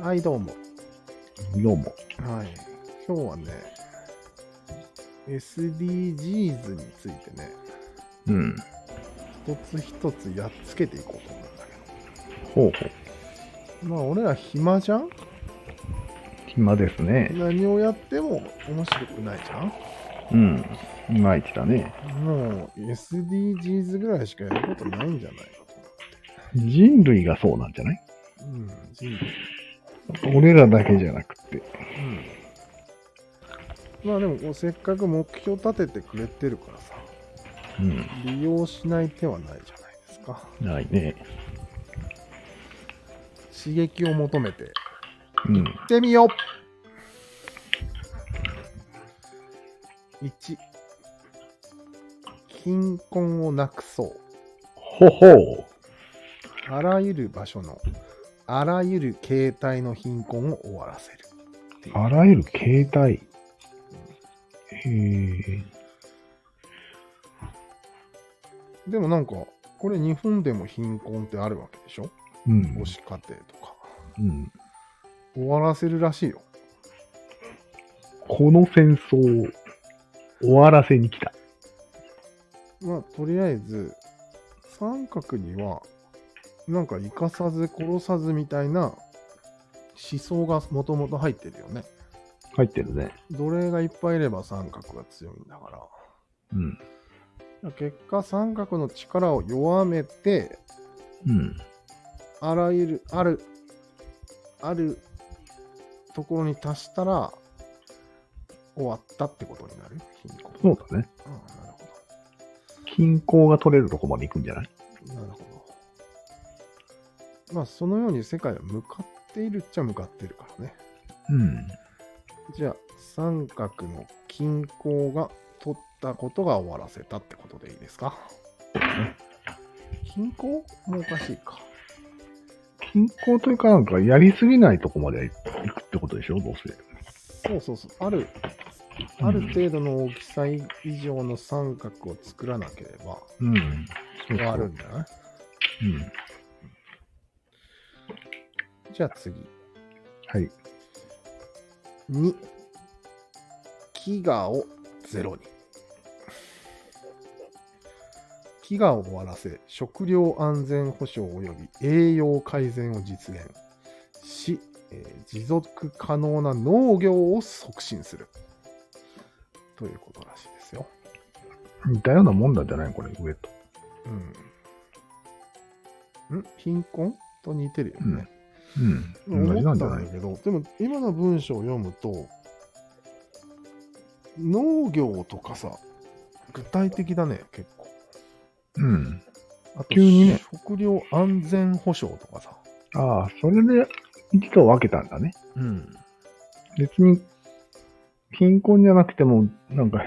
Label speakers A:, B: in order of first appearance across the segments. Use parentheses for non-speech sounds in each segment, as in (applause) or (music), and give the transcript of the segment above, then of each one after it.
A: はい、どうも。
B: どうも。
A: はい。今日はね、SDGs についてね、
B: うん。
A: 一つ一つやっつけていこうと思うんだ
B: ほうほう。
A: けど。まあ、俺ら暇じゃん
B: 暇ですね。
A: 何をやっても面白くないじゃ
B: うん。いまいちだね。
A: んもう、SDGs ぐらいしかやることないんじゃない
B: 人類がそうなんじゃない
A: うん、人類。
B: 俺らだけじゃなくて。
A: うん。まあでも、こうせっかく目標立ててくれてるからさ、
B: うん。
A: 利用しない手はないじゃないですか。
B: ないね。
A: 刺激を求めて
B: うん。
A: 行ってみよう1貧困をなくそう
B: ほほう。
A: あらゆる場所のあらゆる形態の貧困を終わらせるっていう
B: あらゆる形態。へえ。
A: でもなんかこれ日本でも貧困ってあるわけでしょ
B: うん
A: 母子家庭とか
B: うん。
A: 終わらせるらしいよ
B: この戦争を終わらせに来た。
A: まあとりあえず三角にはなんか生かさず殺さずみたいな思想がもともと入ってるよね
B: 入ってるね。
A: 奴隷がいっぱいいれば三角が強いんだか
B: うん。
A: ら結果三角の力を弱めて
B: うん。
A: あらゆるあるあるところに達したら終わったってことになる貧困
B: そうだね。
A: ああなるほ
B: 均衡が取れるとこまで行くんじゃない
A: どなるほどまあそのように世界は向かっているっちゃ向かってるからね
B: うん。
A: じゃあ三角の均衡が取ったことが終わらせたってことでいいですか均衡もうおかしいか。
B: 均衡というか、なんか、やりすぎないとこまで行くってことでしょどうせ。
A: そうそうそう。ある、ある程度の大きさ以上の三角を作らなければ
B: うん。そ
A: 終
B: うそう
A: わるんじゃない
B: うん。
A: じゃあ次。
B: はい。
A: 2。飢餓をゼロに。飢餓を終わらせ、食料安全保障及び栄養改善を実現し、えー持続可能な農業を促進する。ということらしいですよ。
B: 似たようなもんなんじゃないこれ、上と。
A: うん。ん貧困と似てるよね。
B: うん。同じ
A: 思
B: な
A: っ
B: んじ
A: た
B: ゃない
A: んだけど、でも今の文章を読むと、農業とかさ、具体的だね、結構。
B: うん。
A: あと、
B: 急にね
A: 食料安全保障とかさ。
B: ああ、それで、一度分けたんだね。
A: うん。
B: 別に、貧困じゃなくても、なんか、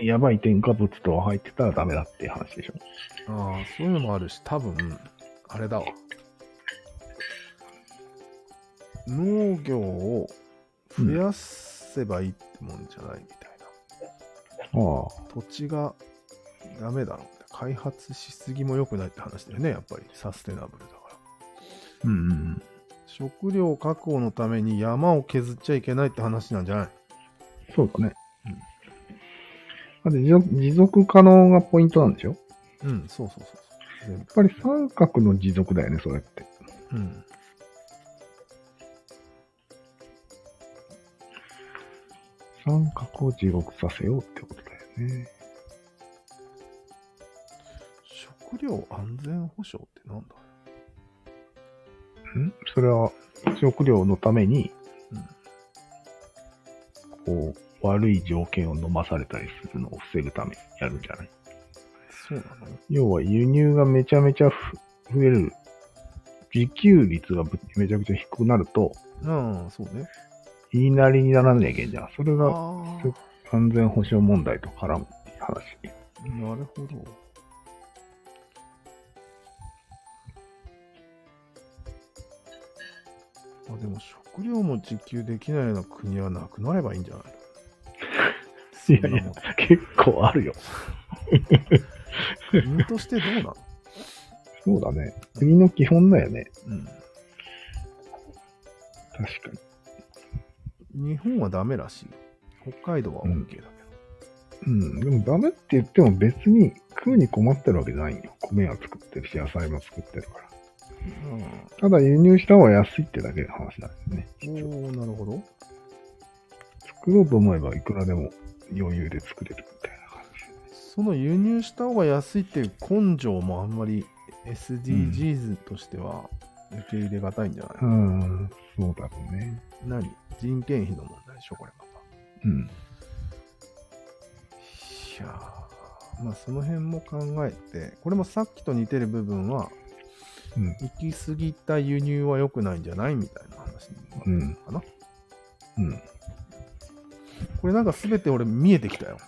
B: やばい添加物とか入ってたらダメだっていう話でしょ。
A: ああ、そういうのもあるし、多分、あれだわ。農業を増やせばいいってもんじゃないみたいな。
B: ああ、
A: 土地がダメだろうって開発しすぎも良くないって話だよね、やっぱり。サステナブルだから。
B: うんうん。
A: 食料確保のために山を削っちゃいけないって話なんじゃない
B: そうだね。うん。だって持続持続可能がポイントなんでしょやっ
A: うん、そうそうそうそう。全部。
B: ぱり三角の持続だよね、それって。
A: うん。
B: 三角を持続させようってことだよね。
A: 食料安全保障ってなんだ
B: んそれは食料のために、
A: うん
B: こう悪い条件を飲まされたりするのを防ぐためにやるんじゃない
A: そうなの
B: 要は輸入がめちゃめちゃふ増える自給率がぶめちゃくちゃ低くなると
A: うん、そうね。
B: 言いなりにならなきゃいけんじゃんそれ
A: ああ
B: がそ安全保障問題と絡むっていう話
A: ー、な
B: (laughs)
A: るほど。あでも食料も自給できないような国はなくなればいいんじゃない
B: (laughs) いやいや結構あるよ
A: そんなもん国としてどうな
B: (laughs)
A: の
B: そうだね国の基本だよね
A: うん。
B: 確かに。
A: 日本はダメらしい。北海道は OK だ
B: うん。でもダメって言っても別に食うに困ってるわけじゃないよ。米は作ってるし、野菜も作ってるから。
A: けど。
B: ただ輸入した方が安いってだけの話なんですね。
A: うん、おーなるほど。
B: 作ろうと思えばいくらでも余裕で作れるみたいな感
A: その輸入した方が安いっていう根性もあんまり SDGs としては受け入れがたいんじゃない、
B: じ。うん、そうだろうね。
A: 何人件費の問題でしょ、これまた。
B: うん。
A: いやーまあその辺も考えて、これもさっきと似てる部分は、
B: うん。
A: 行き過ぎた輸入は良くないんじゃないみたいな話になる
B: うん。
A: かな。
B: うん。
A: これなんか全て俺見えてきたよ。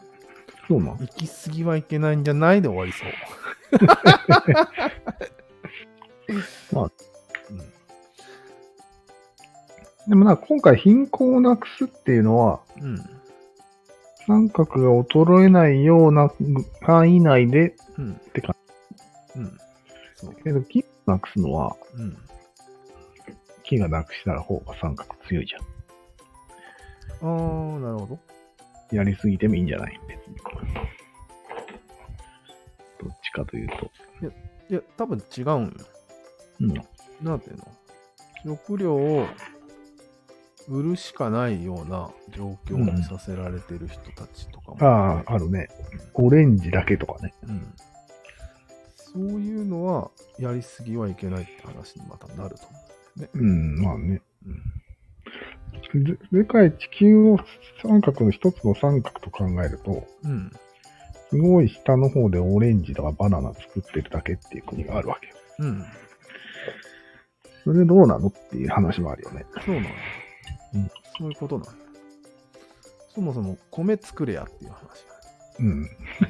B: そうなん。
A: 行き過ぎはいけないんじゃないで終わりそう。
B: まあ
A: うん、
B: でもなんか今回貧困をなくすっていうのは、
A: うん。
B: 三角が衰えないような範囲内で、
A: うん。
B: てか、
A: うん。そう。
B: けど、木をなくすのは、
A: うん。
B: 木がなくしたら方が三角強いじゃ
A: あー、なるほど。
B: ん。やりすぎてもいいんじゃない別に。どっちかというと。
A: いや、多分違うんよ。
B: うん。
A: なんていうの食料を売るしかないような状況にさせられてる人たちとかも、
B: ああ、あるね。オレンジだけとかね。
A: うん、そういうのはやりすぎはいけないって話にまたなると思
B: うん、まあね。
A: う。うん
B: ぜ世界地球を三角の一つの三角と考えると、
A: うん、
B: すごい下の方でオレンジとかバナナ作ってるだけっていう国があるわけよ。
A: うん、
B: それどうなのっていう話もあるよね。
A: そうなんだ、
B: うん
A: そういうことなんだ。そもそも米作れやっていう話
B: うん。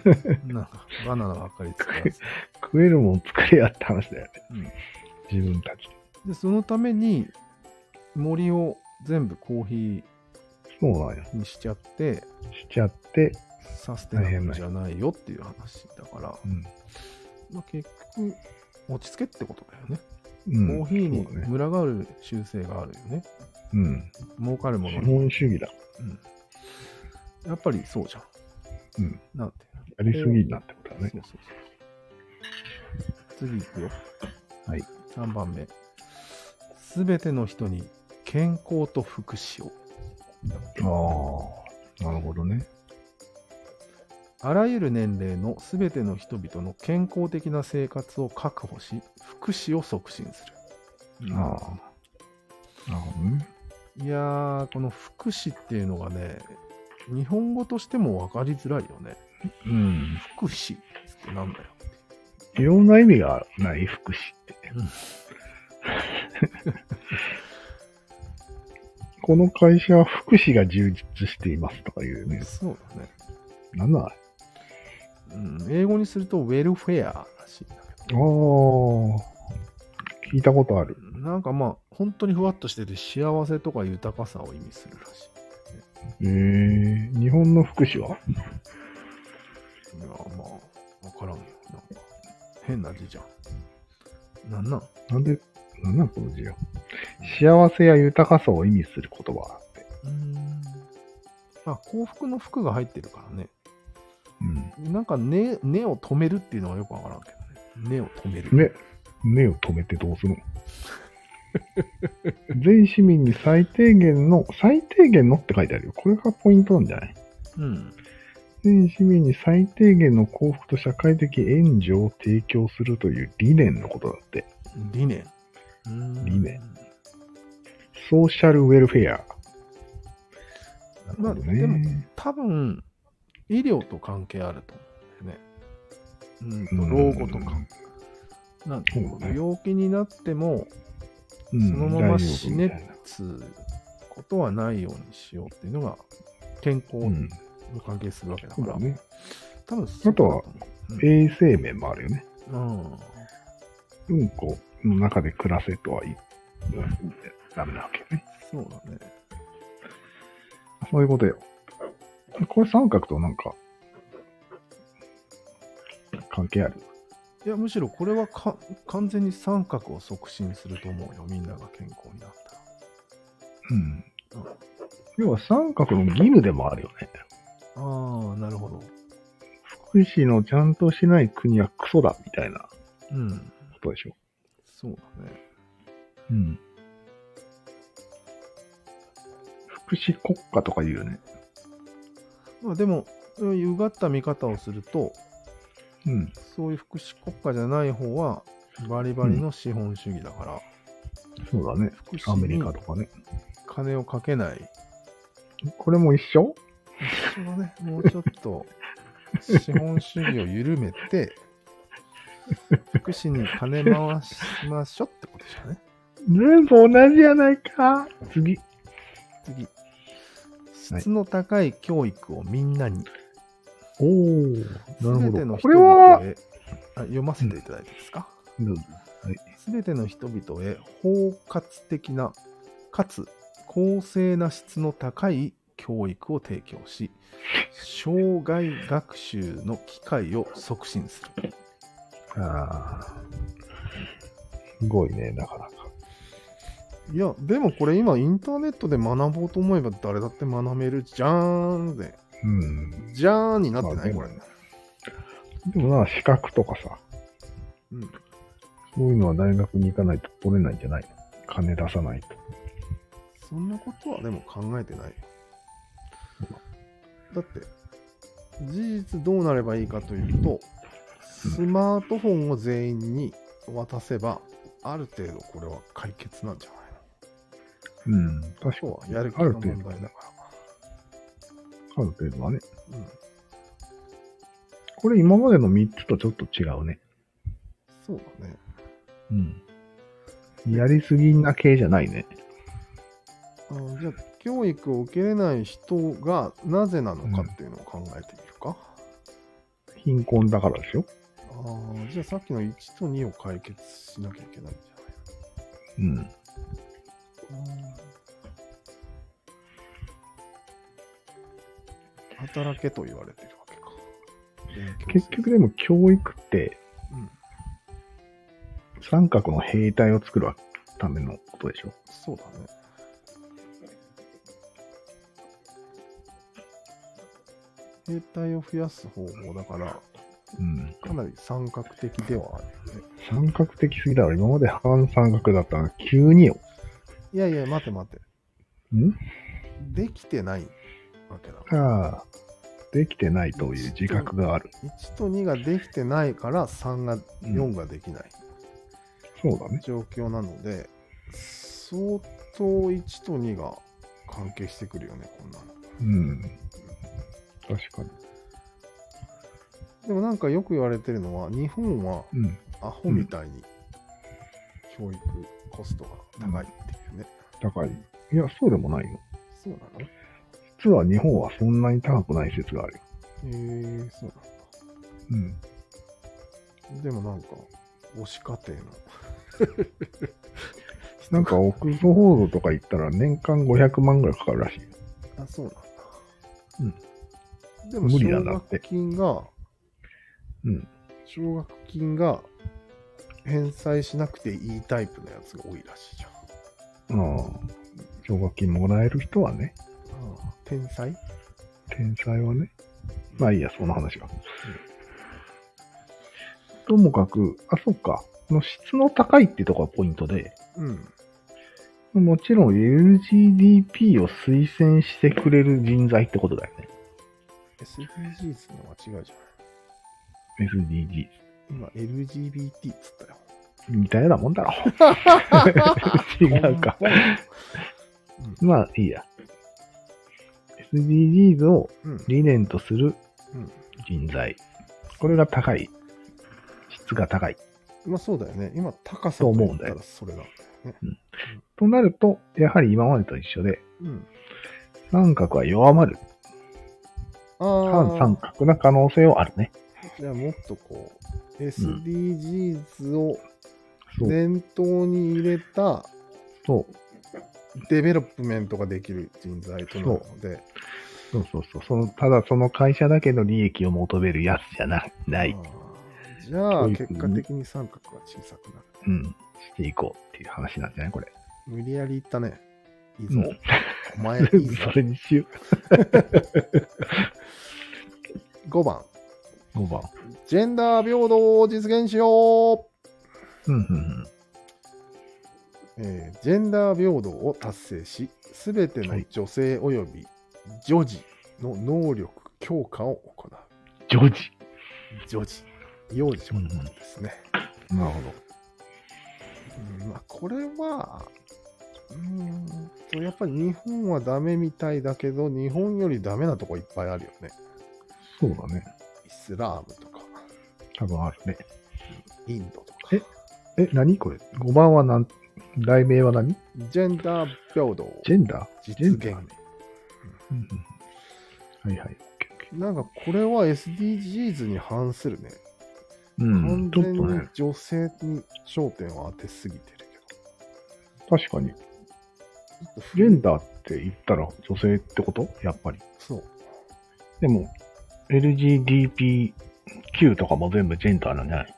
A: だね (laughs) なんかバナナばっかり作らせて
B: 食えるもん作れやって話だよね。自分たちで。
A: でそのために森を全部コーヒー
B: そうなんよ。
A: にしちゃって
B: しちゃって、
A: サステナブルじゃないよっていう話だから、
B: う
A: まあ、結局落ち着けってことだよね、
B: ん。
A: コーヒーに
B: そうだね。
A: 群がる習性があるよね
B: うん。
A: 儲かるも
B: 資
A: のに、
B: 本主義だ。
A: うんやっぱりそうじゃん
B: うん。
A: なんて
B: やりすぎになってこと
A: いう
B: だ
A: の、そ。
B: ね
A: うそうそう次いくよ
B: はい
A: 3番目すべての人に健康と福祉を
B: ああ。なるほどね。
A: あらゆる年齢のすべての人々の健康的な生活を確保し福祉を促進する
B: ああ。なるほどね。
A: いやー、この福祉っていうのがね、日本語としても分かりづらいよね。
B: うん。
A: 福祉ってなんだよ。
B: いろんな意味がない福祉って。
A: うん
B: (laughs) この会社は福祉が充実していますとかいうね。
A: そうだね。
B: なんなんあれ
A: うん、英語にするとウェルフェアらしいんだけ
B: ああ。聞いたことある。
A: ど、なんかまあ、本当にふわっとしてて幸せとか豊かさを意味するらし。
B: ええ日本の福祉はい
A: いやー、まあ、分からんよ。なんか、変な字じゃん。なんなん
B: なんで、なんなんこの字が。幸せや豊かさを意味する言葉だって。
A: うーん。あ、幸福の服が入ってるからね。
B: うん。
A: なんか根、根を止めるっていうのはよく分からんけどね。根を止める。
B: ね、目を止めてどうするの全市民に最低限の、最低限のって書いてあるよ。これがポイントなんじゃない
A: うん。
B: 全市民に最低限の幸福と社会的援助を提供するという理念のことだって。
A: 理念。うーん
B: 理念。ソーシャルウェルフェア。
A: ま
B: な
A: あ、
B: るほど
A: でも
B: ね。
A: 多分、医療と関係あると思うんだよね。うんと、老
B: うん
A: 後とか。なんていうの
B: そうね
A: 病気になっても、そ
B: そ
A: のまま死ねっつうことはないようにしようっていうのが、健康
B: う
A: に
B: ん。
A: 関係するわけだか
B: そう
A: ら、
B: だね。
A: 多分そうだ思う
B: 衛生面もあるよね。
A: うん。
B: うんこの中で暮らせとは言ってダメなわけよね。
A: そうだね。
B: そういうことよ。これ三角となんか、関係ある
A: いや、むしろこれはか完全に三角を促進すると思うよ、みんなが健康になったら。
B: うん。要は三角の義務でもあるよね。
A: ああ、なるほど。
B: 福祉のちゃんとしない国はクソだ、みたいなこ
A: うん。
B: とでしょ。
A: そうだね。
B: うん。福祉国家とか言うよね。
A: まあでも、うんうがった見方をすると、
B: うん。
A: そういう福祉国家じゃない方は、バリバリの資本主義だから、
B: そうだね。
A: 福
B: アメリ
A: 祉
B: カ
A: に
B: とかね。
A: 金をかけない。
B: これも一緒
A: そのね、もうちょっと、資本主義を緩めて、福祉に金回しましょうってことでしょうね。
B: 全部同じやないか。次。
A: 次。質の高い教育をみんなに。
B: おお、な
A: 全ての
B: るほど。こ
A: 人
B: れ
A: 々
B: は、
A: へ、あ読ませていただいていいですか。
B: どうぞ
A: すべての人々へ包括的な、かつ公正な質の高い教育を提供し、障害学習の機会を促進する。
B: ああ。すごいね、なかなか。
A: いや、でもこれ今インターネットで学ぼうと思えば誰だって学べるじゃーんで、
B: うん。
A: じゃーんになって
B: ま
A: な
B: あ
A: い
B: ね
A: これ。
B: でもな、資格とかさ、
A: うん。
B: そういうのは大学に行かないと取れないんじゃないの金出さないと。
A: そんなことはでも考えてないよ。だって、事実どうなればいいかというと、スマートフォンを全員に渡せば、ある程度これは解決なんじゃない
B: うん。確
A: の今
B: か
A: 日
B: に。
A: はやる気
B: あ
A: の
B: る程
A: 問
B: 度、あ
A: 題だか
B: る程度はね。
A: ら。うん。
B: これ今までの3つとちょっと違うね。
A: そうだね。
B: うん。やりすぎな系じゃないね。
A: あのじゃあ、教育を受けれない人がなぜなのかっていうのを考えてみるか。
B: 貧困だからでしょ
A: ああ、じゃあさっきの1と2を解決しなきゃいけないんじゃない
B: うん。
A: 働けと言われてるわけか。勉強
B: 結
A: する
B: 局、でも教育って
A: うん、
B: 三角の兵隊を作るためのことでしょ
A: そうだね。兵隊を増やす方法だから、
B: うん。
A: かなり三角的ではあるよね。
B: 三角的すぎだろ。今まで半三角だったのが急によ。
A: いやいや、待て待て。
B: ん
A: できてないわけだから。
B: ああ、できてないという自覚がある。
A: 1と2ができてないから、3が、4ができない。
B: そうだね。
A: 状況なので、相当1と2が関係してくるよね、こんなの。
B: うん。確かに。
A: でもなんかよく言われてるのは、日本は
B: うん。
A: アホみたいに教育コストが高いっていうね。
B: 高い。いや、そうでもないよ。
A: そうなのへ
B: 実は日本はそんなに高くない説があるよ。
A: えー、そう
B: うん。
A: なんだ。でもなんか、母子家庭の人が。
B: (laughs) なんか、オックスフォードとか行ったら年間500万ぐらいかかるらしいよ。
A: あ、そうなんだ。
B: うん
A: でも、
B: 無理
A: 奨
B: なんだっ
A: 学
B: て
A: 金が、
B: うん。
A: 奨学金が返済しなくていいタイプのやつが多いらしいじゃん。
B: ああ。奨学金もらえる人はね、
A: ああ天才
B: 天才はね。まあいいや、その話は。ともかく、あ、そっか。この質の高いってとこがポイントで、
A: うん。
B: もちろん LGDP を推薦してくれる人材ってことだよね。
A: SDGs の間違いじゃ
B: SDG。
A: ない。今、LGBT っつったよ。
B: みたいなもん (laughs) だろ。違うか。まあいいや。SDGs を
A: うん。うん。
B: 理念とする
A: うん
B: 人材。これが高い。質が高い。
A: まあそうだよね。今、高さと
B: と思
A: 思っ
B: うん
A: た
B: だよ
A: らそれだ。
B: となると、やはり今までと一緒で、
A: うん。
B: 三角は弱まる。半
A: あ
B: 三角な可能性はあるね。
A: あ、じゃあもっとこう、SDGs を
B: そう。
A: 念頭に入れた
B: そう
A: デベロップメントができる人材となるので、
B: そうそうそうその。ただその会社だけの利益を求めるやつじゃなない
A: あ。あじゃあ、
B: 教育
A: 結果的に三角は小さくなる。
B: うん。していこうっていう話なんじゃないこれ。 (laughs)
A: 無理やり言ったね。いいぞ。
B: うん
A: お前、い
B: 全
A: い
B: 部
A: ぞ
B: (laughs) そ。れにしよ
A: 5番、
B: う。5番。
A: ジェンダー平等を実現しよう。
B: うんうん
A: えージェンダー平等を達成し、すべての女性及び女児の能力強化を行う。
B: うん。ジョージ。
A: 女児、幼児のことですね。
B: なるほど。
A: うんまあ、これは、うーんと、やっぱり日本はダメみたいだけど、日本よりダメなとこいっぱいあるよね。
B: そうだね。
A: イスラームとか、
B: 多分あるね。
A: インドとか。
B: ええ、何これ ?5 番は何題名は何
A: ジェンダー平等
B: ジェンダー
A: 実現
B: ジェンダーねうんうん。はいはい。
A: なんかこれは SDGs に反するね。
B: う
A: 完
B: ん。ちょっ
A: 全
B: と
A: に
B: ね、
A: 女性に焦点を当てすぎてる
B: 確かに。
A: けど。
B: ジェンダーって言ったら女性ってことやっぱり。
A: そう。
B: でも、LGDPQ とかも全部ジェンダーなんじゃない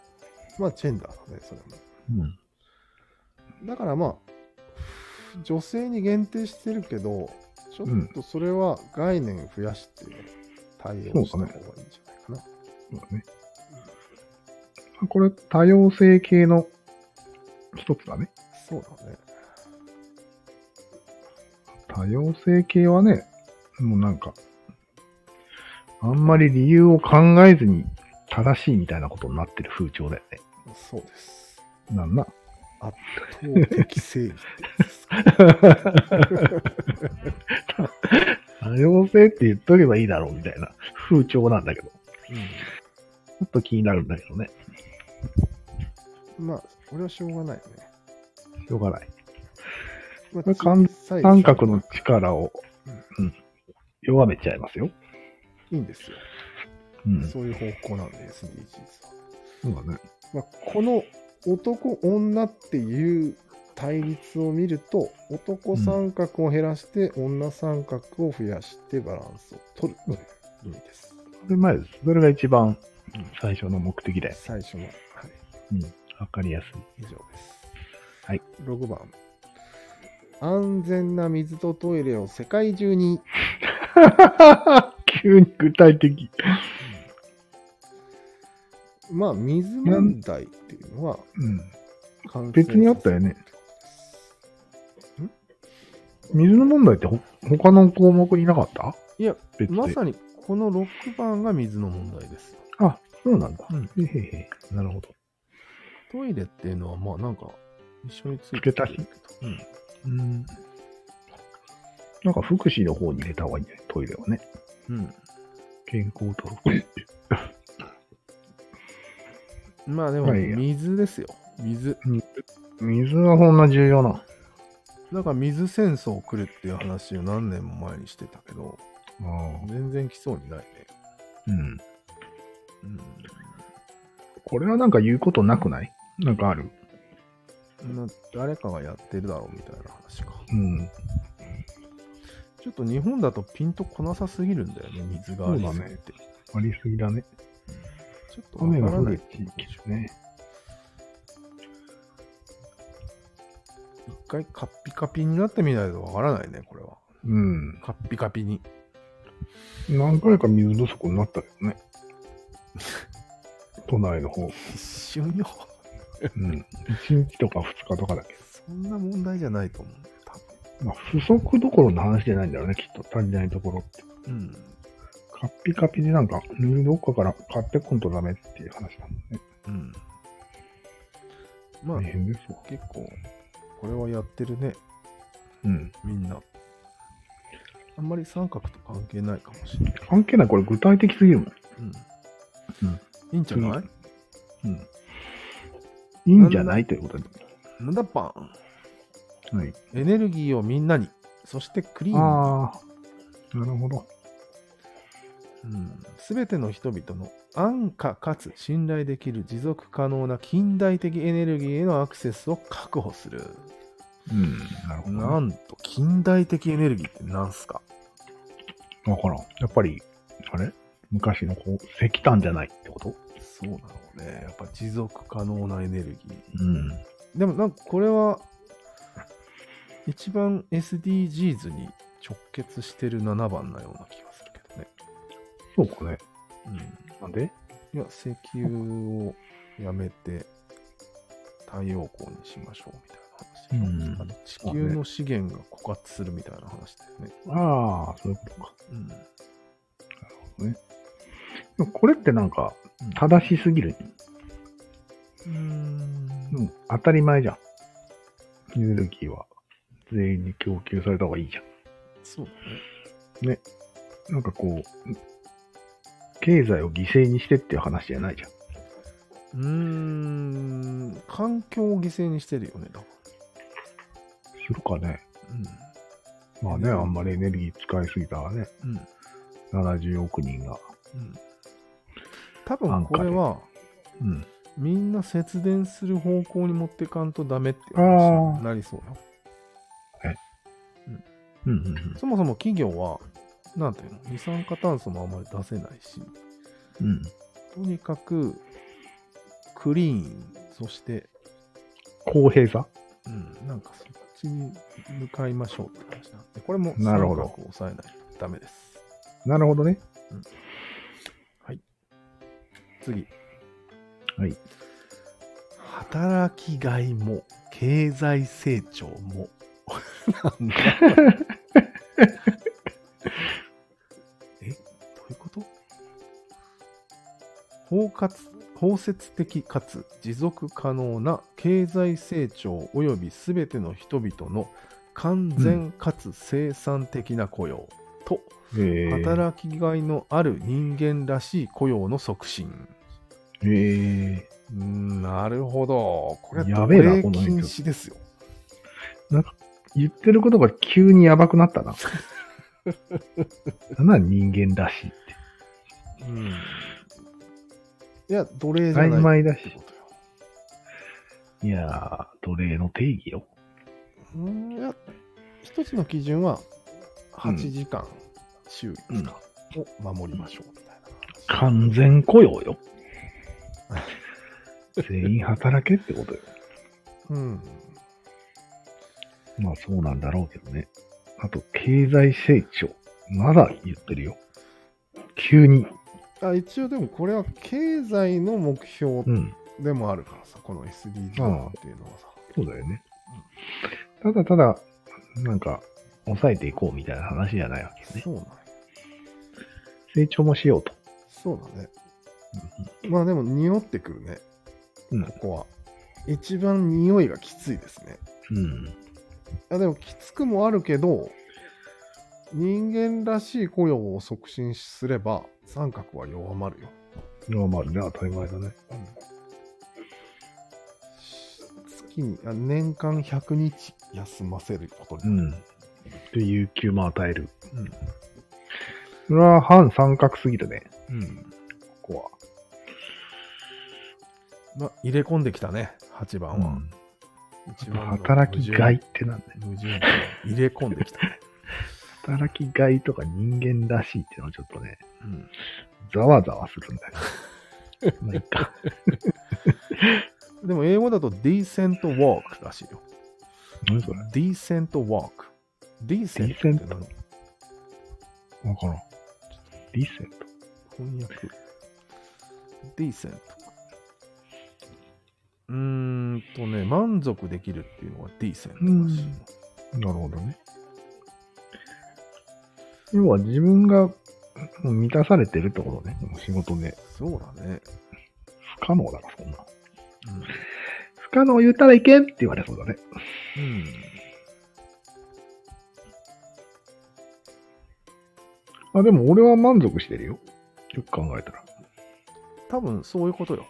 A: まあ、ジェンダーだね、それも。
B: うん。
A: だからまあ、女性に限定してるけど、ちょ
B: う
A: っ
B: ん
A: とそれは概念増やして対応した方がいいんじゃないかな。
B: そうだね。これ、多様性系の一つだね。
A: そうだね。
B: 多様性系はね、もうなんか、あんまり理由を考えずに正しいみたいなことになってる風潮だよね。
A: そうです。
B: なん (laughs) な。
A: 圧倒的正義ってやつです
B: (laughs)
A: か
B: 多様性って言っとけばいいだろうみたいな風潮なんだけど。ちょっと気になるんだけどね。
A: うん。まあ、これはしょうがないよね。
B: しょうがない。
A: まあ
B: これ感
A: 小さい
B: 感覚の力を、うん、弱めちゃいますよ。
A: いいんですよ。
B: うん。そ
A: そういう方向なんで、SDGs は。
B: うだね。
A: まあ、この男女っていう対立を見ると男三角を減らして女三角を増やしてバランスを取るという意味です。
B: それ前です。それが一番最初の目的だよ。
A: 最初の、はい、
B: うん。わかりやす (laughs) い。
A: 以上です。
B: はい、
A: 6番安全な水とトイレを世界中に、
B: 急に具体的。
A: まあ水問題っていうのは
B: うん。
A: 完
B: 別にあったよね
A: 成させるってことです
B: 水の問題ってほ他の項目になかった
A: いや
B: 別で。
A: まさにこの6番が水の問題です。
B: あ、そうなんだ。
A: うん
B: へへへ。なるほど。
A: トイレっていうのは、まあなんか、一緒について
B: 付け足し
A: るけど、うん、
B: うん。なんか福祉の方に入れた方がいいんじゃないトイレはね。健康と福祉。
A: まあでも、
B: まあいいや
A: 水ですよ。水。
B: 水はそんな重要な
A: なんか水戦争来るっていう話を何年も前にしてたけど、
B: の。あ
A: 全然来そうにないね。
B: あ。うん。
A: う
B: これはなんか言うことなくないなんかある。
A: ん。な誰かがやってるだろうみたいな話か。
B: うん。
A: ちょっと日本だとピンとこなさすぎるんだよね、水がありすぎて。
B: ありすぎだね。
A: ちょっとわ
B: 雨が
A: から
B: 降
A: ない
B: る。地域ですね。
A: 一回カッピカピになってみないとわからないね、これは。
B: うん。
A: カッピカピに。
B: 何回か水不足になったけ
A: (laughs)
B: どね。都内の方。
A: 一瞬よ。
B: うん。1日とか2日とかだけ
A: そんな問題じゃないと思うんだよ、多分。
B: ど。まあ、不足どころの話じゃないんだろうね、きっと。足りないところって。
A: うん。
B: カッピカピでなんか、どっかから買ってこんとダメっていう話だもんね。
A: うん。まあ
B: 大、変ですわ。
A: 結構、これはやってるね、
B: うん。
A: みんな。あんまり三角と関係ないかもしれない。
B: 関係ない。これ具体的すぎるもん。
A: うん。
B: うん
A: いいんじゃない、
B: うん。いいんじゃないということで。
A: なんだパン
B: はい。
A: エネルギーをみんなに、そしてクリーン
B: ああ。なるほど。
A: に。すべ、全ての人々の安価かつ信頼できる持続可能な近代的エネルギーへのアクセスを確保する。
B: うん。なるほど、ね。
A: なんと、近代的エネルギーってなんすか
B: わからん。やっぱり、あれ昔のこう、石炭じゃないってこと
A: そうなのね。やっぱ持続可能なエネルギー。
B: うん。
A: でもなんかこれは一番 SDGs に直結してる7番なような気がするけどね。
B: そうかね。
A: うん
B: なんで
A: いや、石油をやめて太陽光にしましょうみたいな話でしょ
B: うん
A: あの地球の資源が枯渇するみたいな話だよね。
B: ああ、そういうことか。
A: うん
B: でもこれってなんか、正しすぎる。
A: うん
B: うん、当たり前じゃん。エネルギーは全員に供給された方がいいじゃ
A: そうだね。
B: ん。なんかこう、経済を犠牲にしてっていう話じゃないじゃん。
A: うーん、環境を犠牲にしてるよね、だか
B: するかね。
A: ら。
B: まあね、あんまりエネルギー使いすぎたらね、
A: うん。うん。
B: 70億人が。
A: うん。多分これは、
B: うん。
A: みんな節電する方向に持ってかんとダメっていう話になりそうよ。
B: うんうんうん。
A: そもそも企業は、なんていうの、二酸化炭素もあんまり出せないし、
B: うん。
A: とにかく、クリーン、そして、
B: 公平さ
A: うん、なんかそっちに向かいましょうって話なんで、これも
B: なるほど
A: 三角を抑えないとダメです。
B: なるほどね。
A: 次。
B: はい。
A: 働きがいも、経済成長
B: (laughs)
A: も。なんだえどういうこと包括包摂的かつ持続可能な経済成長及びすべての人々の完全かつ生産的な雇用と、
B: えー、
A: 働きがいのある人間らしい雇用の促進。
B: えー、
A: うーんなるほど。これ、
B: やべえな
A: 奴
B: この
A: 隷
B: 辺
A: 禁止ですよ。
B: 言ってることが急にやばくな (laughs) ったな。なんなん人間らしいって。
A: うん。いや、奴隷じゃ
B: 曖
A: ない
B: 昧だ
A: って
B: し。
A: ことよ。
B: いやー、奴隷の定義よ。
A: うーんいや、一つの基準は、
B: うん
A: 8時間、週5日を守りましょうみたいな話。
B: 完全雇用よ。全員働けってことよ。 (laughs)
A: うん。
B: まあそうなんだろうけどね。あと、経済成長。まだ言ってるよ。急に。
A: あ一応、でもこれは経済の目標
B: うん。
A: でもあるからさ、この SDGs っていうのはさ。
B: そうだよね。ただただ、なんか、抑えていこうみたいな話じゃないわけね。
A: そうなんや。
B: 成長もしようと。
A: そうだね。まあでも、匂ってくるね。
B: うん
A: ここは。一番匂いがきついですね。
B: うん。
A: あでもきつくもあるけど人間らしい雇用を促進すれば三角は弱まるよ
B: まあまあね、当たり前だね。
A: し月にあ年間100日休ませること
B: う
A: に、
B: ん。で、有給も与える。
A: うん
B: それは反三角すぎるね、
A: うん
B: ここは。
A: まあ、入れ込んできたね8番は、一番の
B: 働きがい
A: 矛
B: ってなんだよ。
A: 盾矛盾点入れ込んできた、
B: 働きがいとか人間らしいっていうのはちょっとね、
A: うん
B: ざわざわするんだよ。
A: (laughs)
B: まあいいか。
A: でも英語だと decent work らしいよ
B: 何それ
A: decent work decent って何
B: decent わからん。リセント。
A: 翻訳。decent。うーんとね、満足できるっていうのが decent らしいの。
B: なるほどね。要は自分がもう満たされてるってことね。もう仕事で。
A: そうだね。
B: 不可能だから、そんな。不可能言ったらいけんって言われそうだね。
A: うん。うん
B: あ、でも俺は満足してるよ。よく考えたら。
A: 多分そういうことよ。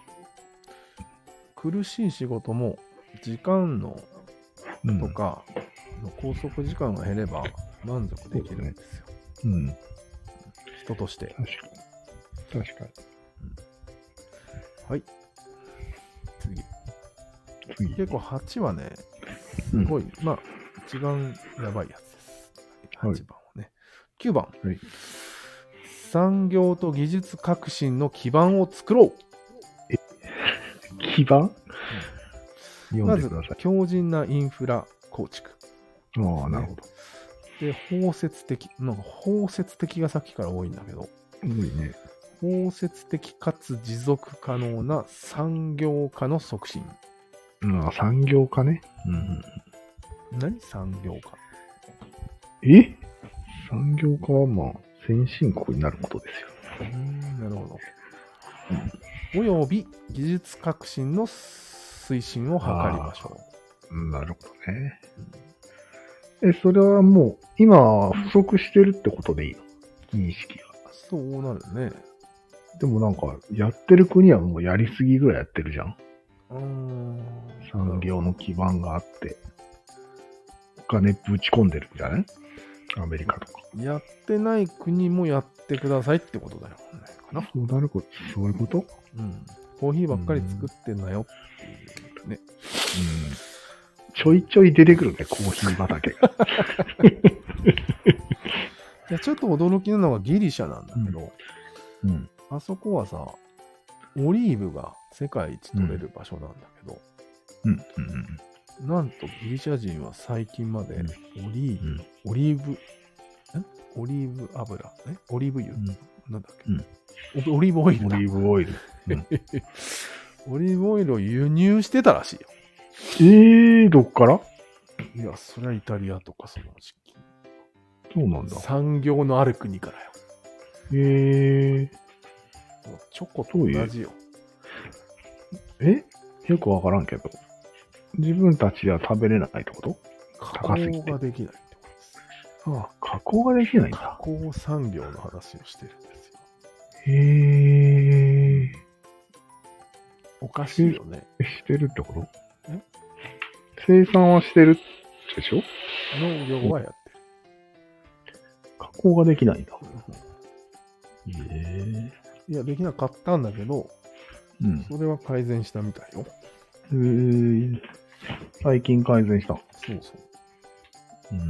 A: 苦しい仕事も、時間の
B: うん。
A: とか、の拘束時間が減れば満足できるんですよ。
B: うん。
A: 人として。
B: 確かに。確か
A: はい。次。
B: に。次。
A: 結構8はね、すごい、まあ、一番やばいやつです。
B: はい
A: 8番はね。9番、
B: はい
A: 産業と技術革新の基盤を作ろう。
B: 基盤
A: ま
B: 読んで
A: ず
B: ください。、
A: 強靭なインフラ構築。
B: ああ、なるほど。
A: で、包摂的、なんか包摂的がさっきから多いんだけど、
B: 多いね。
A: 包摂的かつ持続可能な産業化の促進。
B: うん、産業化ね。うん
A: 何産業化
B: うん、え産業化はまあ、先進国になることですよ。
A: うーんなるほど。および技術革新の推進を図りましょ
B: うんなるほどね。え、それはもう、今、不足してるってことでいいの認識が。
A: う。そうなるね。
B: でもなんか、やってる国はもうやりすぎぐらいやってるじゃん。
A: うーん。
B: 産業の基盤があって、お金ぶち込んでるんじゃないアメリカとか。
A: やってない国もやってくださいってことだよね。かな。
B: そうなること、そういうこと
A: うん。コーヒーばっかり作ってんなよっていうね。
B: うん。ちょいちょい出てくるね、コーヒー畑が。
A: いや、ちょっと驚きなのがギリシャなんだけど、
B: (laughs) うん。
A: あそこはさ、オリーブが世界一取れる場所なんだけど、
B: うん。うん。
A: なんとギリシャ人は最近まで
B: うん
A: オリーブ、
B: うん。
A: オリーブ、えオリーブ油、えオリーブ油、なんだっけ、オオリーブオイル
B: オ
A: だ
B: リーブオイル。
A: オリーブオイルを輸入してたらしいよ。
B: ええー、どっから
A: いや、それはイタリアとかその時期
B: そうなんだ。
A: 産業のある国からよ。
B: え
A: も
B: ー、
A: うチョコと同じよ。
B: えよくわからんけど。自分たちでは食べれないってこと
A: 加
B: 高すぎ
A: 工
B: て
A: ができないってことです。
B: ああ、加工ができないん
A: 加
B: だ。
A: 工産業の話をしてるんですよ。
B: へえ
A: おかしいよね。
B: ー、してるってこと
A: え
B: 生産はしてるでしょ
A: 農業はやってる。
B: 加工ができないんだ。ええ
A: いや、できなかったんだけど、
B: うん。
A: それは改善したみたいよ。
B: えー、最近改善した。
A: そうそう。
B: うー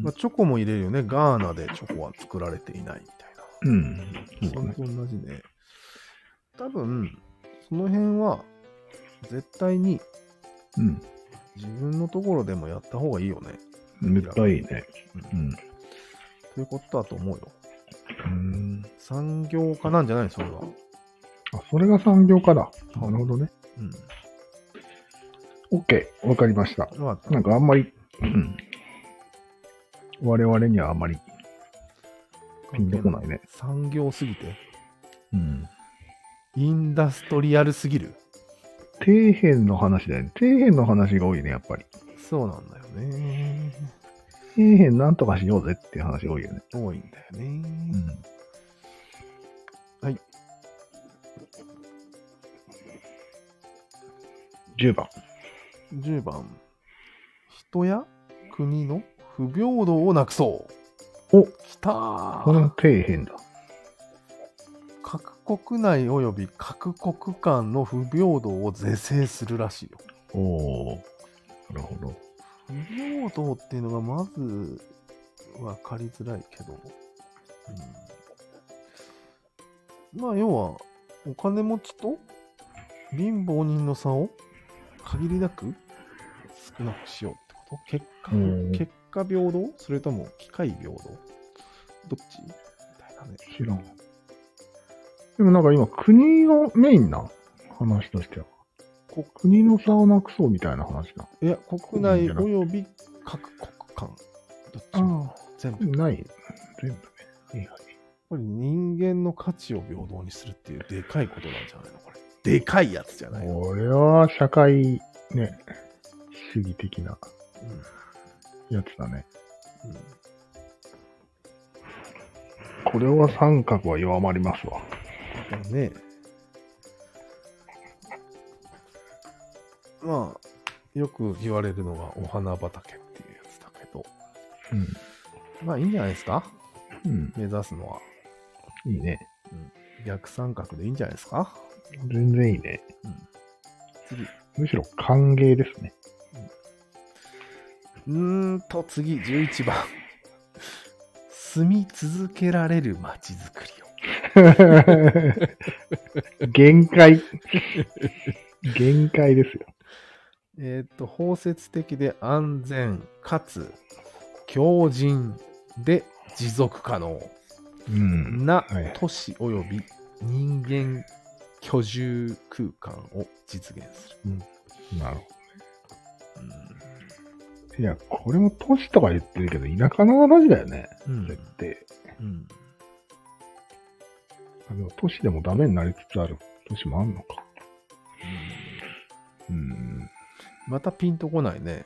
B: ん
A: まあ、チョコも入れるよね。ガーナでチョコは作られていないみたいな。
B: うん。そう
A: そ
B: だ
A: れ
B: ね。
A: と同じね。多分、その辺は、絶対に
B: うん。
A: 自分のところでもやった方がいいよね。
B: めっちゃいいね。うん。
A: ということだと思うよ。
B: うん。
A: 産業化なんじゃないそれは。
B: あ、それが産業化だ。なるほどね。
A: う
B: OK。わかりました。
A: ん。わかった。
B: なんかあんまり、うん。我々にはあんまりピンとこないね。
A: 産業すぎて、
B: うん。
A: インダストリアルすぎる。
B: 底辺の話だよね。底辺の話が多いね、やっぱり。
A: そうなんだよね。
B: 底辺なんとかしようぜっていう話が多いよね。
A: 多いんだよね。
B: うん。
A: はい。
B: 10番。
A: 10番、人や国の不平等をなくそう。
B: お
A: きたー
B: これも底辺だ。
A: 各国内および各国間の不平等を是正するらしいよ。
B: おお。なるほど。
A: 不平等っていうのがまず分かりづらいけど、うん、まあ要はお金持ちと貧乏人の差を限りなく少なくしようってこと結果、
B: うん
A: 結果平等それとも機械平等どっちみたいなね。
B: 知らん。でもなんか今、国をメインな話としては。こ国の差をなくそうみたいな話だ。
A: いや、国内および各国間。どっちも
B: あ。
A: 全部。やっ
B: ない。全部ね。はいはい。
A: ぱり人間の価値を平等にするっていうでかいことなんじゃないのこれ。でかいやつじゃないの、
B: これは社会、ね、主義的な
A: うん
B: やつだね。
A: うん
B: これは三角は弱まりますわ。
A: だからね。まあ、よく言われるのがお花畑っていうやつだけど、まあいいんじゃないですか
B: うん。
A: 目指すのは。
B: うん。いいね。
A: 逆三角でいいんじゃないですか
B: 全然いいね。
A: 次。う
B: むしろ歓迎ですね。 (laughs)
A: ーんと、次、11番。 (laughs) 住み続けられる街づくりを。
B: 限界。限界ですよ。
A: えーっと、包摂的で安全、かつ、強靭で持続可能
B: うん。
A: な
B: はい
A: 都市及び人間居住空間を実現する。
B: なるほ
A: う
B: ど。いや、これも都市とか言ってるけど、田舎の話だよね。
A: ん。うん
B: それって。
A: うん
B: あでも都市でもダメになりつつある都市もあんのか。うん。
A: またピンとこないね。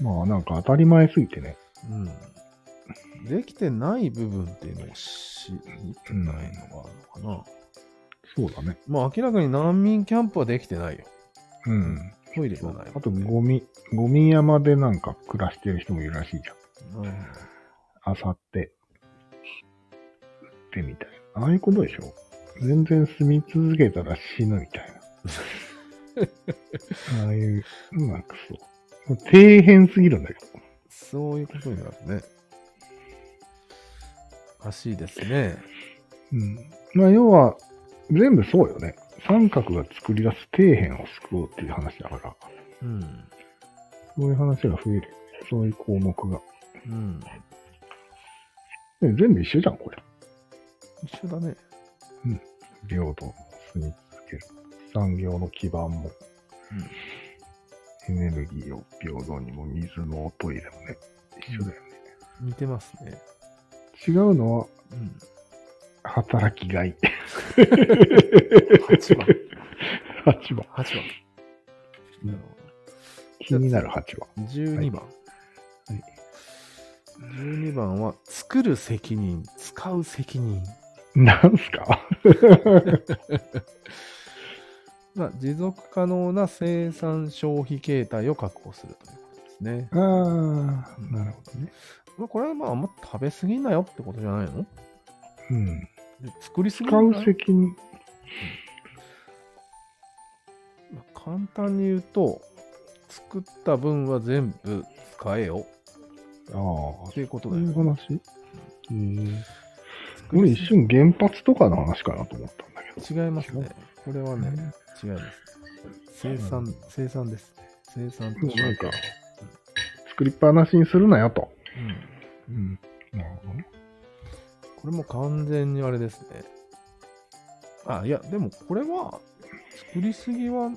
B: まあなんか当たり前すぎてね。
A: うん。できてない部分っていうのを知りてないのがあるのかな。
B: そうだね。
A: まあ明らかに難民キャンプはできてないよ。
B: うん。
A: トイレがない、
B: あとゴミ、ゴミ山でなんか暮らしてる人もいるらしいじゃん。
A: うん
B: あさって。ってみたいな。ああいうことでしょ全然住み続けたら死ぬみた
A: (laughs)
B: いな。ああいう、うまくそう。もう底辺すぎるんだけど。
A: そういうことになるね。おかしいですね。
B: うん。まあ要は、全部そうよね。三角が作り出す底辺を救おうっていう話だから、
A: うん。
B: そういう話が増える。そういう項目が。
A: うん。
B: で全部一緒じゃん、これ。
A: 一緒だね。
B: 領土も住み続ける。産業の基盤も、エネルギーを平等にも、水もトイレもね、一緒だよね。
A: 似てますね。
B: 違うのは、
A: (laughs) うん。
B: 働きがい。 (laughs)
A: 8番。
B: 8番。
A: 8番。
B: うん気になる8番。
A: 12番。
B: はい。
A: 12番は、作る責任、使う責任。
B: なんすか
A: まあ、持続可能な生産消費形態を確保するということですね。
B: ああ、なるほどね。
A: まあ、これはまあ、あんま食べ過ぎんなよってことじゃないの
B: うん。
A: で作りすぎん
B: 使
A: なよ
B: う責任。
A: まあ簡単に言うと、作った分は全部使えよ
B: ああ、そ
A: っていうこと
B: う
A: だ
B: いう
A: よ。
B: 話
A: 作
B: 俺
A: り
B: 一
A: すぎ
B: 瞬原発とかの話かなと思ったんだけど。
A: 違いますね。これはね、違います、ね。生
B: う
A: 産、生産ですね。生産と
B: なんか、作りっぱなしにするなよと。
A: うん
B: うん。なるほどね。
A: これも完全にあれですね。あ、いや、でもこれは、作りすぎは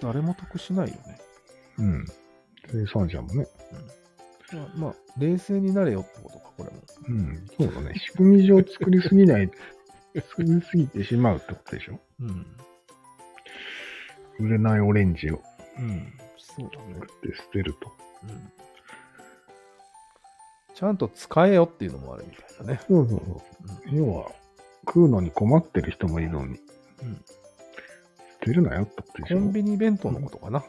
A: 誰も得しないよね。
B: うん。生産者もね。
A: まあ、まあ、冷静になれよってことか、これも。
B: うん。そうだね。仕組み上作りすぎない、 (laughs) 作りすぎてしまうってことでしょ
A: うん。
B: 売れないオレンジを
A: うん。そうだね
B: 作。って捨てると。
A: うん。ちゃんと使えよっていうのもあるみたいだね。
B: そうそうそう。要は、食うのに困ってる人もいるのに、
A: うん
B: 捨てるなよってことでし
A: コン
B: ょ
A: ビニ弁当のことかな。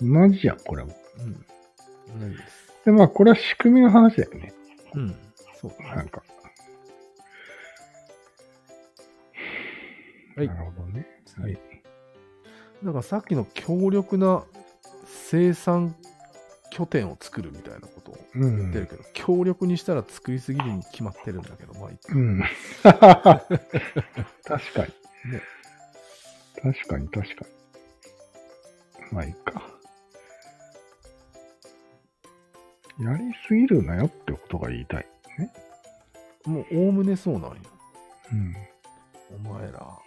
B: 同じじゃん、これも。
A: うん。同じです。
B: で、まあ、これは仕組みの話だよね。
A: うん。そうだ
B: な
A: ね
B: んか。
A: はい
B: なるほどね。
A: は
B: はいい。
A: だからさっきの強力な生産拠点を作るみたいなことを
B: う
A: 言ってる
B: ん。
A: けど、強力にしたら作りすぎるに決まってるんだけど、まあ、い (laughs)
B: うん。確かに。確か
A: ね
B: に、確かに。まあ、いいか。やりすぎるなよってことが言いたい。
A: もうおおむねそうなんよ。
B: うん。
A: お前ら、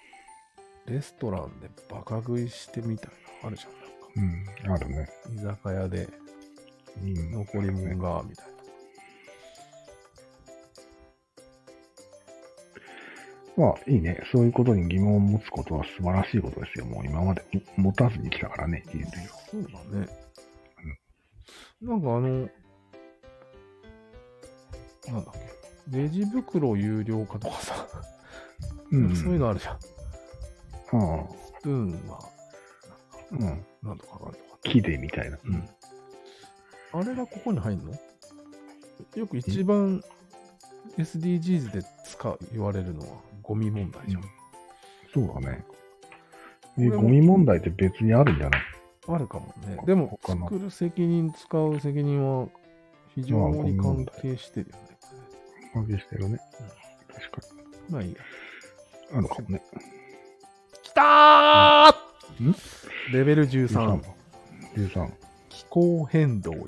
A: レストランでバカ食いしてみたいな、あるじゃ
B: うん。あるね。
A: ん。なんか、居酒屋で
B: うん
A: 残り物が、みたいな。
B: まあいいね。そういうことに疑問を持つことは素晴らしいことですよ。もう今まで持たずに来たからね、人生を。
A: そうだね。なんかあの、なんだっけ、レジ袋有料化とかさ、なんかそういうのあるじゃん。
B: の。
A: スプーンは
B: うん。うん。
A: なんとかかんとか。
B: 木でみたいな。うん。
A: あれがここに入るのよく一番 SDGs で使う言われるのはゴミ問題じゃん。
B: そうだね。
A: これ
B: え、
A: も
B: ゴミ問題って別にあるんじゃない
A: あるかもね。でも、
B: 他の
A: 作る責任、使う責任は非常
B: まあゴミ
A: に
B: 問
A: 関
B: 題
A: 係してるよね。
B: 関係してるね。確か
A: まあいいや。
B: に。あるかもね。
A: きたー
B: ん
A: レベル
B: 13
A: 13。
B: 番13。
A: 気候変動に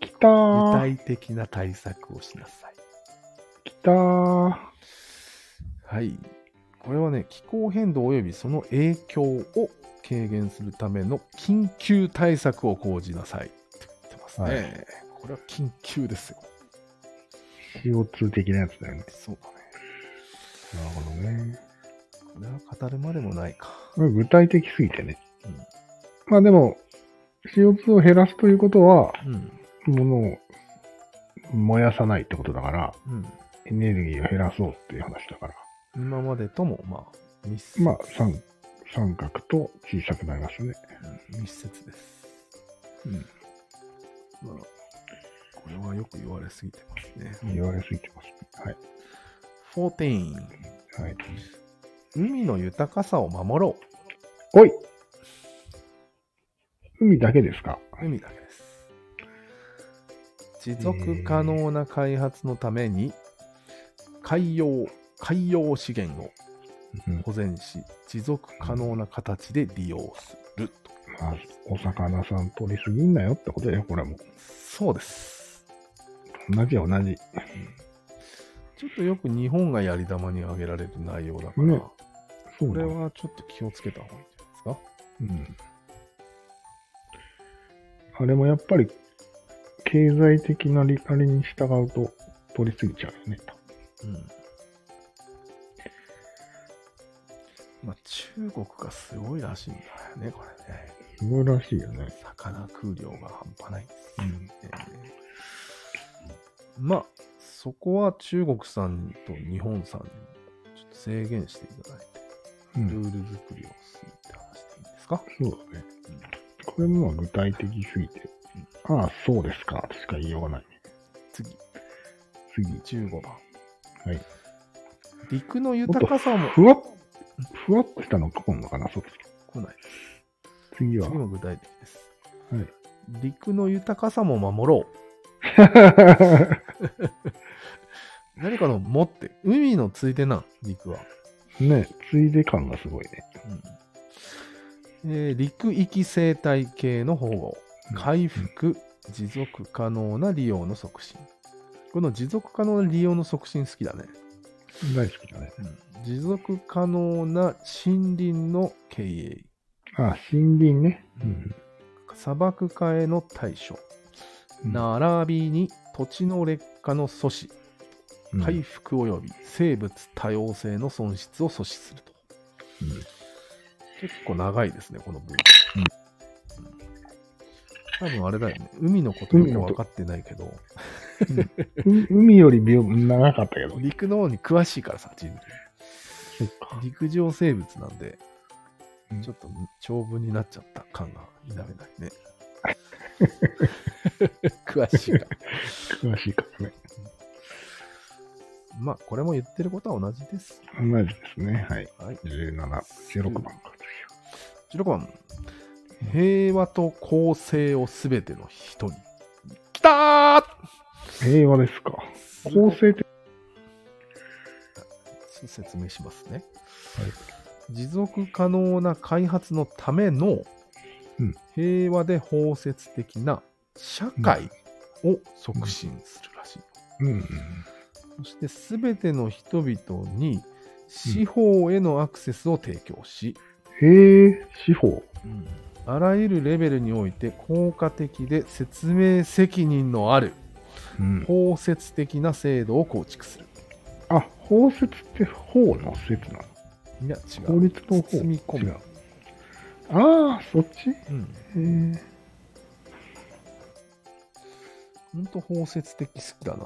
B: きた
A: 具
B: ー
A: 体的な対策をしなさい。
B: きたー
A: はい。これはね、気候変動及びその影響を軽減するための緊急対策を講じなさいって言ってますね。
B: は
A: これは緊急ですよ。
B: CO2 的なやつだよね。
A: そうだね。
B: なるほどね。
A: これは語るまでもないか。
B: これ具体的すぎてね。
A: うん
B: まあでも、CO2 を減らすということは、
A: うん。
B: 物を燃やさないってことだから、
A: うん。
B: エネルギーを減らそうっていう話だから。
A: 今までとも、まあ、密接。
B: まあ、三三角と小さくなりますね。
A: うん密接です。うん。まあ、これはよく言われすぎてますね。
B: 言われすぎてます。はい。
A: 14。
B: はい。
A: 海の豊かさを守ろう。
B: おい海だけですか
A: 海だけです。持続可能な開発のために、海洋、海洋資源を
B: うん。
A: 保全し、持続可能な形で利用すると。
B: まあ、お魚さん取りすぎんなよってことだよ、これも。
A: そうです。
B: 同じは同じ。
A: ちょっとよく日本がやり玉に挙げられる内容だから、
B: ねそう
A: こ
B: だ
A: れはちょっと気をつけた方がいいんじゃないですか。
B: うん。あれもやっぱり、経済的な理解に従うと取りすぎちゃうよね、と。
A: うんまあ、中国がすごいらしいんだよね、これね。
B: すごいらしいよね。
A: 魚食う量が半端ないです、
B: うん
A: えーまあ、そこは中国さんと日本さんにもちょっと制限していただいて、
B: うん
A: ルール作りをするって話でいいんですか、
B: そうだね。これもまあ具体的すぎて、ああ、そうですか、としか言いようがない。
A: 次、
B: 次、
A: 15番。
B: はい。
A: 陸の豊かさも
B: ふわっ、ふわっとしたのが来んのかな、そっち。
A: 来ないです。
B: 次は
A: 次、も具体的です。
B: はい
A: 陸の豊かさも守ろう。何かの持って、海のついでなん、陸は。
B: (laughs) ね、ついで感がすごいね。
A: うんえー陸域生態系の保護、
B: うん
A: 回復、持続可能な利用の促進。この持続可能な利用の促進好きだね。
B: 大好きだね。
A: 持続可能な森林の経営、
B: ああ、森林ね。
A: うん砂漠化への対処、
B: うん
A: 並びに土地の劣化の阻止、
B: うん
A: 回復及び生物多様性の損失を阻止すると。
B: うん
A: 結構長いですね、この文。
B: う
A: うんん多分あれだよね。海のことよく分かってないけど、
B: う海より秒長かったけど。
A: 陸の方に詳しいからさ、人類
B: そっか。
A: 陸上生物なんで
B: うん、
A: ちょっと長文になっちゃった感が否めない
B: (laughs)
A: ね。詳しいから。
B: 詳しいからね。
A: まあ、これも言ってることは同じです。
B: 同じですね。はい。
A: はい。
B: 17、16番か。
A: 16番。平和と公正をすべての人に。きたー
B: 平和ですか。構成って、
A: 説明しますね。持続可能な開発のための
B: うん
A: 平和で包摂的な社会を促進するらしい。
B: うん。
A: そして全ての人々に司法へのアクセスを提供し、
B: へえ、司法。
A: あらゆるレベルにおいて効果的で説明責任のある
B: うん。
A: 包摂的な制度を構築する。
B: あ、法説って法の説なの
A: いや、違
B: 法
A: う。
B: 律の法。
A: 包み込む
B: 違う。ああ、そっちへ
A: うん
B: え。
A: ほんと包摂的好きだな。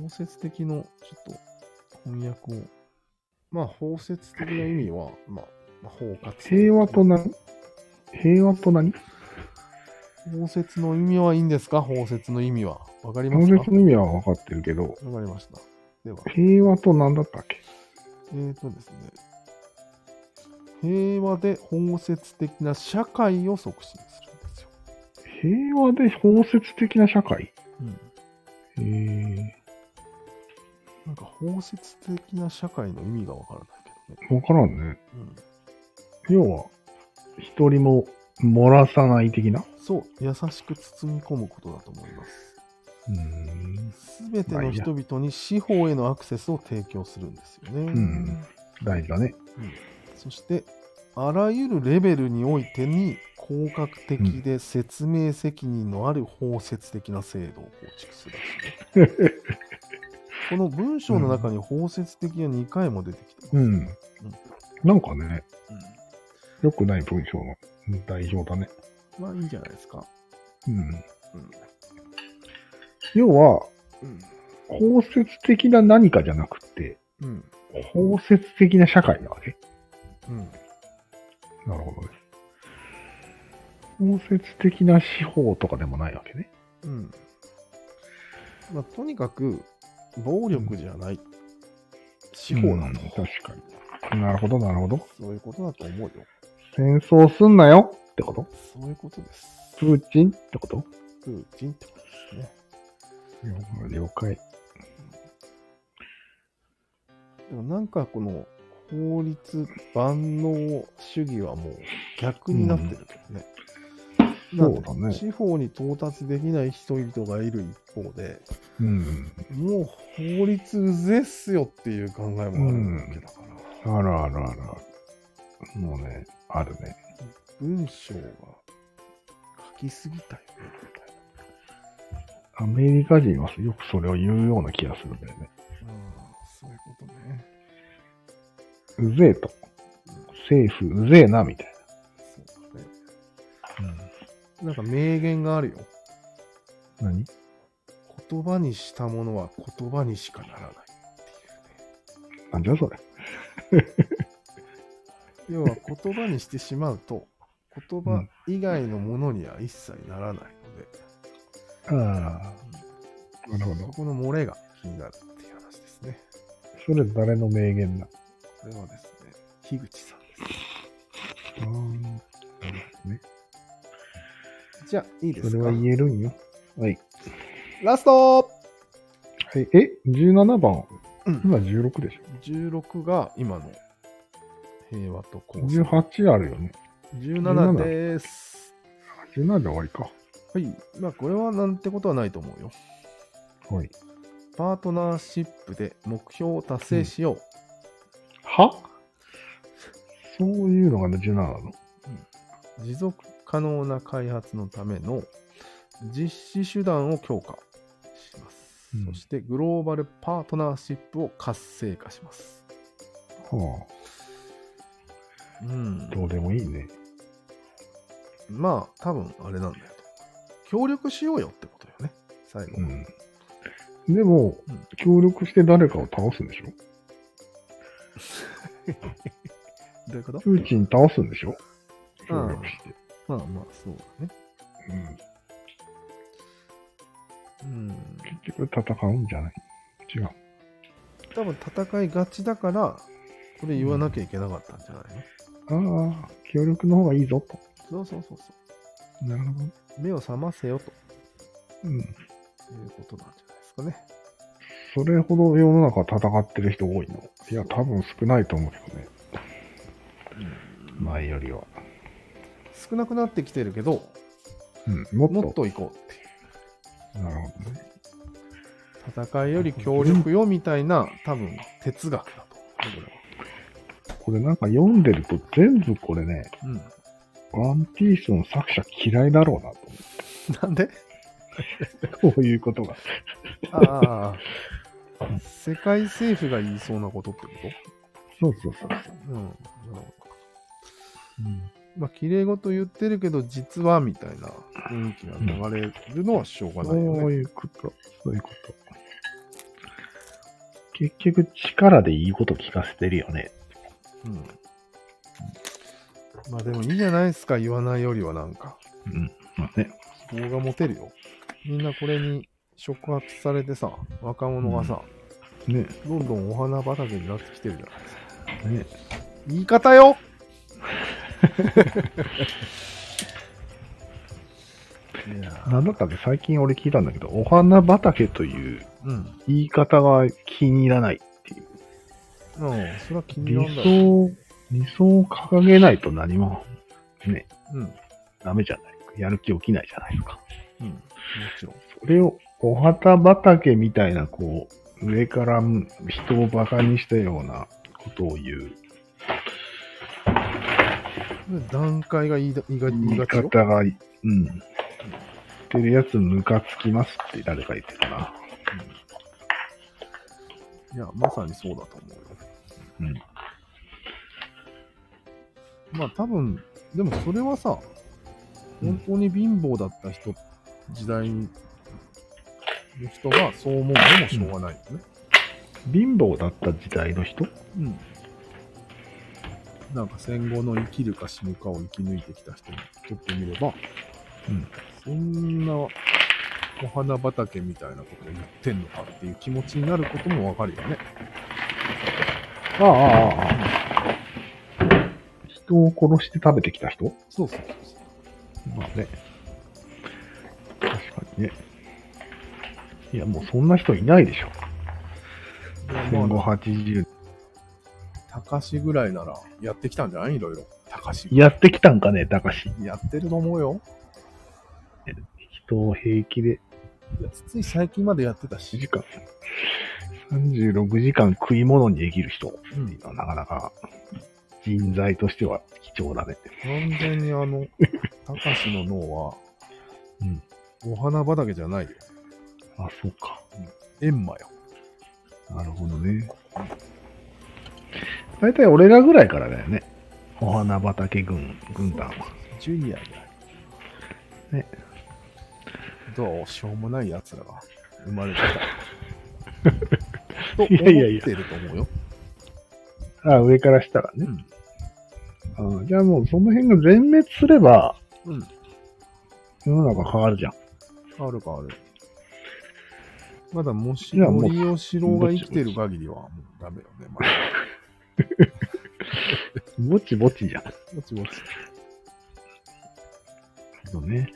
A: 包摂的の、ちょっと、翻訳を。まあ、包摂的な意味は、まあ、まあ包括。
B: 平和と何平和と何
A: 包摂の意味はいいんですか包摂の意味は。わかりま
B: 法
A: すか
B: 説の意味は分かってるけど、
A: わかりました。では、
B: 平和と何だったっけ
A: えーとですね。平和で包摂的な社会を促進するんですよ。
B: 平和で包摂的な社会
A: うん。
B: へえ。
A: なんか包摂的な社会の意味がわからないけどね。
B: 分からんね。
A: うん。
B: 要は、一人も漏らさない的な。
A: そう、優しく包み込むことだと思います。
B: うん。
A: すべての人々に司法へのアクセスを提供するんですよね。
B: ん大事だね。
A: そして、あらゆるレベルにおいてに、広角的で説明責任のある包摂的な制度を構築する。この文章の中に包摂的が2回も出てきてます。
B: うん。なんかね、良くない文章の代表だね。
A: まあいいんじゃないですか。
B: うん。要は、
A: うん。
B: 包摂的な何かじゃなくて、
A: うん。
B: 包摂的な社会なわけ。
A: うん。
B: なるほどです。包摂的な司法とかでもないわけね。
A: うん。まあとにかく、暴力じゃない。司法だと。
B: うん確かに。なるほど、なるほど。
A: そういうことだと思うよ。
B: 戦争すんなよってこと
A: そういうことです。
B: プーチンってこと
A: プーチンってことですね。
B: 了解。
A: でもなんかこの法律万能主義はもう逆になってるけどね。
B: うん
A: なんで
B: そうだね
A: 司法に到達できない人々がいる一方で、
B: うん。
A: もう法律うぜっすよっていう考えもあるわけだから、
B: あらあらあら。もうね、あるね。
A: 文章が書きすぎたよね、み
B: アメリカ人はよくそれを言うような気がするんだよね。
A: たいな。ああ、そういうことね。
B: うぜえと。政府うぜえな、みたい
A: そうだね。
B: な。
A: なんか名言があるよ。
B: 何
A: 言葉にしたものは言葉にしかならないっていうね。
B: なんじゃそれ。
A: 要は言葉にしてしまうと、言葉以外のものには一切ならないので、
B: ああ。なるほど
A: そ。この漏れが気になるっていう話ですね。
B: それ誰の名言だ
A: これはですね、樋口さんで
B: ああ。なるほどね。
A: す。じゃあ、いいです
B: それ
A: か
B: は言えるんよ。はい。
A: ラスト
B: はい、え、17番。
A: うん
B: 今16でし
A: !16 が今の平和と
B: ょ。
A: 公正。
B: 18あるよね。
A: 17です。
B: 17で終わりか。
A: はい。まあ、これはなんてことはないと思うよ。
B: はい。
A: パートナーシップで目標を達成しよう。
B: はそういうのが17なの
A: 持続可能な開発のための実施手段を強化します、
B: うん
A: そしてグローバルパートナーシップを活性化します、
B: は
A: うん
B: あ、どうでもいいね。
A: まあ多分あれなんだよ協力しようよってことよね最後、
B: うん。でも
A: うん、
B: 協力して誰かを倒すんでしょ
A: どういうこと
B: プーチン倒すんでしょ協
A: うん
B: 力して。
A: まあまあそうだね
B: う
A: う
B: ん。
A: ん
B: 結局戦うんじゃない違う。
A: 多分戦いがちだからこれ言わなきゃいけなかったんじゃないの、
B: ああ、協力の方がいいぞと。
A: そうそうそうそ
B: なるほど。
A: う目を覚ませよと
B: うん。
A: いうことなんじゃないですかね
B: それほど世の中戦ってる人多いのいや、多分少ないと思うけどね。前よりは。
A: 少なくなってきてるけど
B: うん。もっと。
A: もっと行こうっていう
B: なるほどね。
A: 戦いより協力よみたいな多分哲学だと思う
B: これなんか読んでると全部これね、
A: これは
B: ワンピースの作者嫌いだろうなと
A: うん、なん
B: (laughs)
A: で
B: 思う。 (laughs) こういうことが。
A: ああ世界政府が言いそうなことってこ
B: そうそうそうそう。
A: とうんなるほどまあ綺麗事言ってるけど実はみたいな雰囲気が流れるのはしょうがないよね、
B: そういうこと。そういうこと。結局力でいいこと聞かせてるよね。
A: うんまあでもいいじゃないですか言わないよりはなんか
B: うん。まあね。
A: 希望が持てるよみんなこれに触発されてさ若者がさ、
B: ね
A: どんどんお花畑になってきてるじゃないですか
B: ね
A: 言い方よいや
B: なんだったっけ最近俺聞いたんだけど、お花畑という
A: うん。
B: 言い方が気に入らないっていう。
A: うん、それは気に
B: 理
A: 入らんだろう。
B: 想、理想を掲げないと何もね、
A: うん。
B: ダメじゃない。やる気起きないじゃないですか。
A: うん。もちろん。
B: それを、お旗畑みたいな、こう、上から人を馬鹿にしたようなことを言う
A: 段階が言いだ言いが言い
B: 言い
A: がちよ。
B: 方が、うん。言ってるやつムカつきますって誰か言ってたな。
A: いや、まさにそうだと思うよ。
B: うん。
A: まあ多分、でもそれはさ、
B: うん
A: 本当に貧乏だった人、時代の人がそう思うのもしょうがないよね。
B: 貧乏だった時代の人
A: うん。なんか戦後の生きるか死ぬかを生き抜いてきた人にとってみれば、
B: うん。
A: そんなお花畑みたいなことを言ってんのかっていう気持ちになることもわかるよね。
B: ああ、ああ、ああ。人を殺して食べてきた人
A: そうそうそうそう。
B: まあね。確かにね。いや、もうそんな人いないでしょ。
A: まあ
B: 戦後80
A: 高しぐらいならやってきたんじゃないいろいろ。高し。
B: やってきたんかね、高し。
A: やってると思うよ。
B: 人を平気で
A: いやつい最近までやってた
B: 1
A: し。
B: 時間、36時間食い物にできる人って
A: うん
B: いうのはなかなか人材としては貴重だね。
A: 完全にあ
B: (laughs)
A: の、高しの脳は、
B: うん。
A: お花畑じゃないよ。
B: あ、そうか。
A: エンマよ。
B: なるほどね。大体俺らぐらいからだよね。お花畑軍、軍団は。
A: ジュニアじゃない。
B: ね。
A: どうしようもない奴らが生まれてき
B: (laughs)
A: た。と思っ
B: いやいやいや
A: てると思うよ。
B: あ、上からしたらね。
A: ん。
B: あじゃあもうその辺が全滅すれば、
A: うん。
B: 世の中変わるじゃん。
A: あるかある。まだもし、
B: いやもう
A: 森吉郎が生きてる限りは、もうダメよね。まだ
B: ぼちぼちじゃん。
A: ぼちぼち。
B: そうね。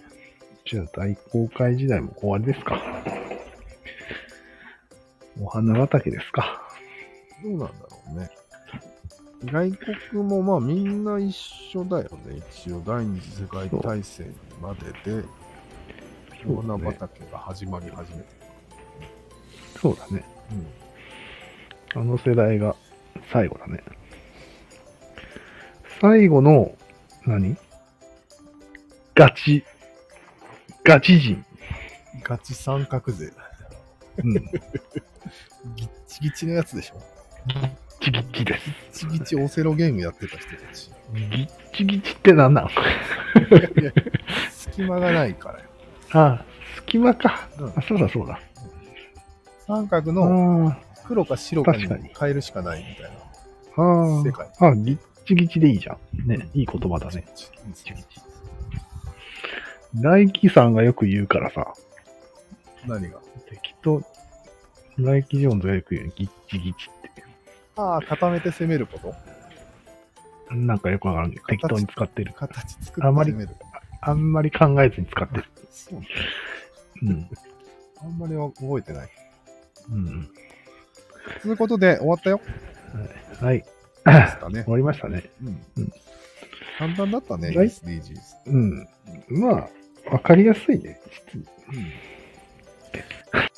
B: じゃあ大航海時代も終わりですか。お花畑ですか。
A: どうなんだろうね。外国もまあみんな一緒だよね。一応第二次世界大戦までで、お花畑が始まり始めて。
B: そうだね。
A: うん。
B: あの世代が最後だね。最後の、何ガチ、ガチ人。
A: ガチ三角勢だ。
B: うん。
A: ギッチギチのやつ
B: (laughs)
A: でしょ。
B: ギッチギチで
A: ギ
B: す。
A: ッチギチオセロゲームやってた人たち。
B: ギッチギチって何なの
A: 隙間がないからよ。
B: ああ、隙間か。
A: うん
B: あ、そうだそうだ。
A: 三角の
B: あ
A: 黒か白かに
B: 確かに
A: 変えるしかないみたい
B: あ、ああ
A: な世界。
B: ああ、ギッチギチでいいじゃん。ね、いい言葉だね。大輝さんがよく言うからさ、
A: 何が
B: きっと、大輝ジョーンズがよく言うギッチギチっ
A: ああ、固めて攻めること
B: て。なんかよくわからんけど、適当に使ってる。
A: 形作って
B: あまり
A: 攻める。
B: あんまり考えずに使ってる。
A: そうね
B: うん。
A: あんまり覚えてない。
B: うん。
A: ということで、終わったよ。
B: はい。
A: ですかね
B: (coughs) 終。わりましたね。
A: うん
B: うん
A: 簡単だったね、
B: はい
A: SDGs。
B: うん。まあ、わかりやすいね。
A: うん